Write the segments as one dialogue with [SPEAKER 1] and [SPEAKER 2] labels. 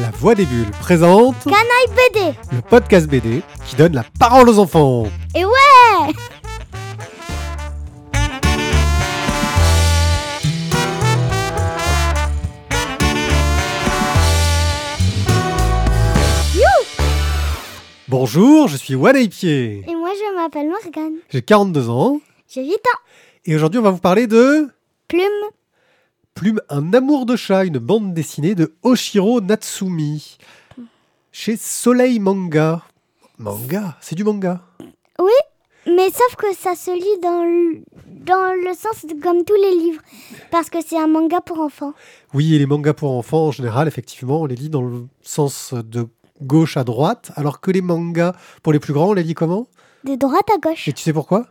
[SPEAKER 1] La Voix des Bulles présente
[SPEAKER 2] BD.
[SPEAKER 1] le podcast BD qui donne la parole aux enfants.
[SPEAKER 2] Et ouais
[SPEAKER 1] Bonjour, je suis Wanaipier.
[SPEAKER 2] Et moi je m'appelle Morgane.
[SPEAKER 1] J'ai 42 ans
[SPEAKER 2] J'ai 8 ans.
[SPEAKER 1] et aujourd'hui on va vous parler de
[SPEAKER 2] Plume.
[SPEAKER 1] Plume un amour de chat, une bande dessinée de Oshiro Natsumi chez Soleil Manga. Manga, c'est du manga.
[SPEAKER 2] Mais sauf que ça se lit dans le, dans le sens de- comme tous les livres. Parce que c'est un manga pour enfants.
[SPEAKER 1] Oui, et les mangas pour enfants en général, effectivement, on les lit dans le sens de gauche à droite, alors que les mangas pour les plus grands, on les lit comment
[SPEAKER 2] De droite à gauche.
[SPEAKER 1] Et tu sais pourquoi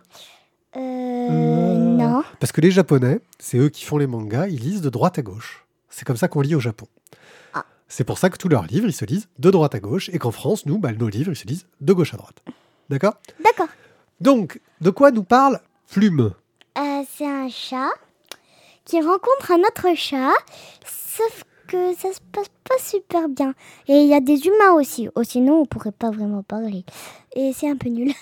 [SPEAKER 2] Euh.
[SPEAKER 1] Euh.
[SPEAKER 2] Non.
[SPEAKER 1] Parce que les Japonais, c'est eux qui font les mangas, ils lisent de droite à gauche. C'est comme ça qu'on lit au Japon.
[SPEAKER 2] Ah.
[SPEAKER 1] C'est pour ça que tous leurs livres, ils se lisent de droite à gauche, et qu'en France, nous, bah, nos livres, ils se lisent de gauche à droite. D'accord
[SPEAKER 2] D'accord.
[SPEAKER 1] Donc, de quoi nous parle Plume
[SPEAKER 2] Euh, c'est un chat qui rencontre un autre chat. Sauf que ça se passe pas super bien. Et il y a des humains aussi. Oh, sinon on pourrait pas vraiment parler. Et c'est un peu nul.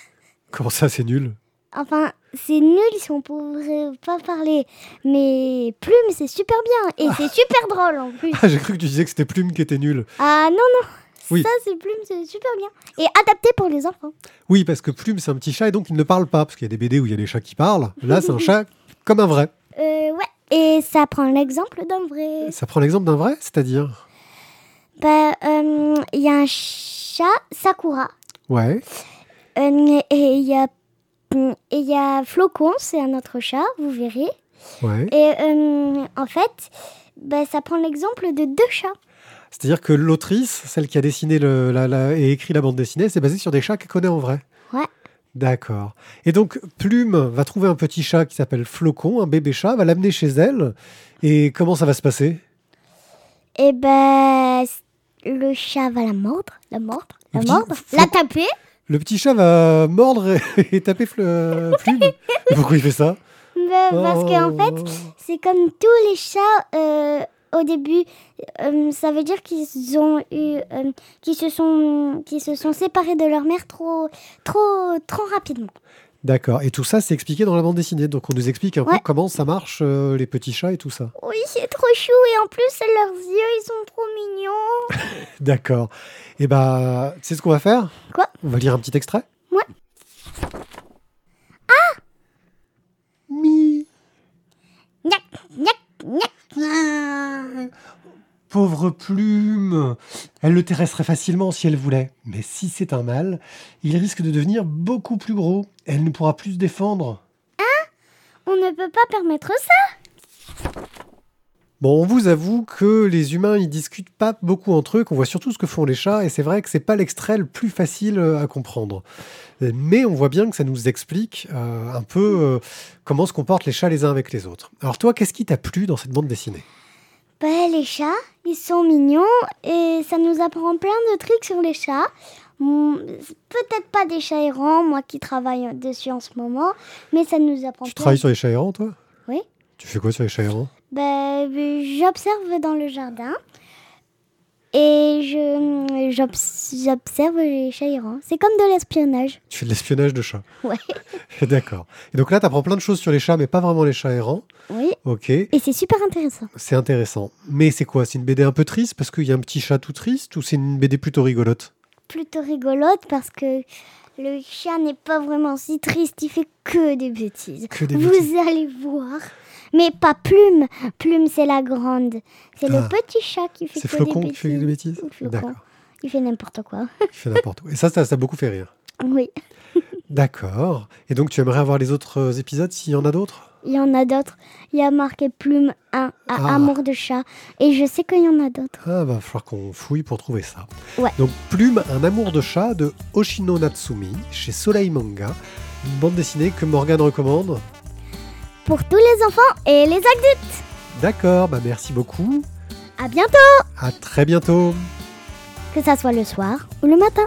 [SPEAKER 1] Comment ça, c'est nul
[SPEAKER 2] Enfin, c'est nul si on pouvait pas parler. Mais Plume, c'est super bien. Et c'est super drôle en plus.
[SPEAKER 1] Ah, j'ai cru que tu disais que c'était Plume qui était nul.
[SPEAKER 2] Ah non, non.
[SPEAKER 1] Oui.
[SPEAKER 2] Ça, c'est Plume, c'est super bien. Et adapté pour les enfants.
[SPEAKER 1] Oui, parce que Plume, c'est un petit chat, et donc il ne parle pas, parce qu'il y a des BD où il y a des chats qui parlent. Là, c'est un chat comme un vrai.
[SPEAKER 2] Euh, ouais. Et ça prend l'exemple d'un vrai.
[SPEAKER 1] Ça prend l'exemple d'un vrai, c'est-à-dire
[SPEAKER 2] Bah, euh, il y a un chat, Sakura.
[SPEAKER 1] Ouais.
[SPEAKER 2] Euh, et il y a. Et il y a Flocon, c'est un autre chat, vous verrez.
[SPEAKER 1] Ouais.
[SPEAKER 2] Et euh, en fait, bah, ça prend l'exemple de deux chats.
[SPEAKER 1] C'est-à-dire que l'autrice, celle qui a dessiné le- la- la- et écrit la bande dessinée, c'est basée sur des chats qu'elle connaît en vrai.
[SPEAKER 2] Ouais.
[SPEAKER 1] D'accord. Et donc, Plume va trouver un petit chat qui s'appelle Flocon, un bébé chat, va l'amener chez elle. Et comment ça va se passer
[SPEAKER 2] Et Eh ben, le chat va la mordre, la mordre, la
[SPEAKER 1] Oui,
[SPEAKER 2] mordre,
[SPEAKER 1] faut-
[SPEAKER 2] la taper.
[SPEAKER 1] Le petit chat va mordre et, et taper Fle- euh, Plume. Pourquoi il fait ça Oh.
[SPEAKER 2] Bah, parce qu'en fait, c'est comme tous les chats euh, au début. euh, ça veut dire qu'ils ont eu, euh, qu'ils se sont, qu'ils se sont séparés de leur mère trop, trop, trop rapidement.
[SPEAKER 1] D'accord. Et tout ça, c'est expliqué dans la bande dessinée. Donc, on nous explique un peu
[SPEAKER 2] Ouais.
[SPEAKER 1] comment ça marche, euh, les petits chats et tout ça.
[SPEAKER 2] Oui, c'est trop chou et en plus leurs yeux, ils sont trop mignons.
[SPEAKER 1] D'accord. Et bah, tu sais ce qu'on va faire
[SPEAKER 2] Quoi
[SPEAKER 1] On va lire un petit extrait
[SPEAKER 2] Ouais.
[SPEAKER 1] Ah Mi
[SPEAKER 2] Gnac, gnac, gnac.
[SPEAKER 1] Ah Pauvre plume Elle le terrasserait facilement si elle voulait. Mais si c'est un mâle, il risque de devenir beaucoup plus gros. Elle ne pourra plus se défendre.
[SPEAKER 2] On ne peut pas permettre ça.
[SPEAKER 1] Bon, on vous avoue que les humains, ils discutent pas beaucoup entre eux, qu'on voit surtout ce que font les chats, et c'est vrai que c'est pas l'extrait le plus facile euh, à comprendre. Euh, Mais on voit bien que ça nous explique euh, un peu euh, comment se comportent les chats les uns avec les autres. Alors toi, qu'est-ce qui t'a plu dans cette bande dessinée
[SPEAKER 2] Bah, les chats, ils sont mignons et ça nous apprend plein de trucs sur les chats. Hmm, Peut-être pas des chats errants, moi qui travaille dessus en ce moment, mais ça nous apprend.
[SPEAKER 1] Tu
[SPEAKER 2] plein
[SPEAKER 1] travailles sur les chats errants, toi
[SPEAKER 2] Oui.
[SPEAKER 1] Tu fais quoi sur les chats errants
[SPEAKER 2] Bah, euh, j'observe dans le jardin et je j'obs- j'observe les chats errants. C'est comme de l'espionnage.
[SPEAKER 1] Tu fais de l'espionnage de chats
[SPEAKER 2] Ouais.
[SPEAKER 1] D'accord. Et donc là, t'apprends plein de choses sur les chats, mais pas vraiment les chats errants.
[SPEAKER 2] Oui,
[SPEAKER 1] Ok,
[SPEAKER 2] et c'est super intéressant.
[SPEAKER 1] c'est intéressant. Mais c'est quoi C'est une BD un peu triste parce qu'il y a un petit chat tout triste ou c'est une BD plutôt rigolote
[SPEAKER 2] Plutôt rigolote parce que le chat n'est pas vraiment si triste, il fait que des bêtises.
[SPEAKER 1] Que des bêtises.
[SPEAKER 2] Vous allez voir. Mais pas Plume. Plume, c'est la grande. C'est
[SPEAKER 1] Ah.
[SPEAKER 2] le petit chat qui fait
[SPEAKER 1] C'est
[SPEAKER 2] que
[SPEAKER 1] Flocon
[SPEAKER 2] des
[SPEAKER 1] qui fait des
[SPEAKER 2] bêtises.
[SPEAKER 1] bêtises
[SPEAKER 2] Ou Flocon.
[SPEAKER 1] D'accord,
[SPEAKER 2] Il fait n'importe quoi.
[SPEAKER 1] il fait n'importe où. Et ça, ça ça a beaucoup fait rire.
[SPEAKER 2] Oui.
[SPEAKER 1] D'accord. Et donc, tu aimerais avoir les autres euh, épisodes s'il y en a d'autres
[SPEAKER 2] Il y en a d'autres. Il y a marqué Plume 1 à
[SPEAKER 1] Ah.
[SPEAKER 2] Amour de chat. Et je sais qu'il y en a d'autres.
[SPEAKER 1] Ah, va falloir qu'on fouille pour trouver ça.
[SPEAKER 2] Ouais.
[SPEAKER 1] Donc, Plume, un amour de chat de Oshino Natsumi chez Soleil Manga. Une bande dessinée que Morgane recommande.
[SPEAKER 2] Pour tous les enfants et les adultes.
[SPEAKER 1] D'accord, bah merci beaucoup.
[SPEAKER 2] À bientôt.
[SPEAKER 1] À très bientôt.
[SPEAKER 2] Que ça soit le soir ou le matin.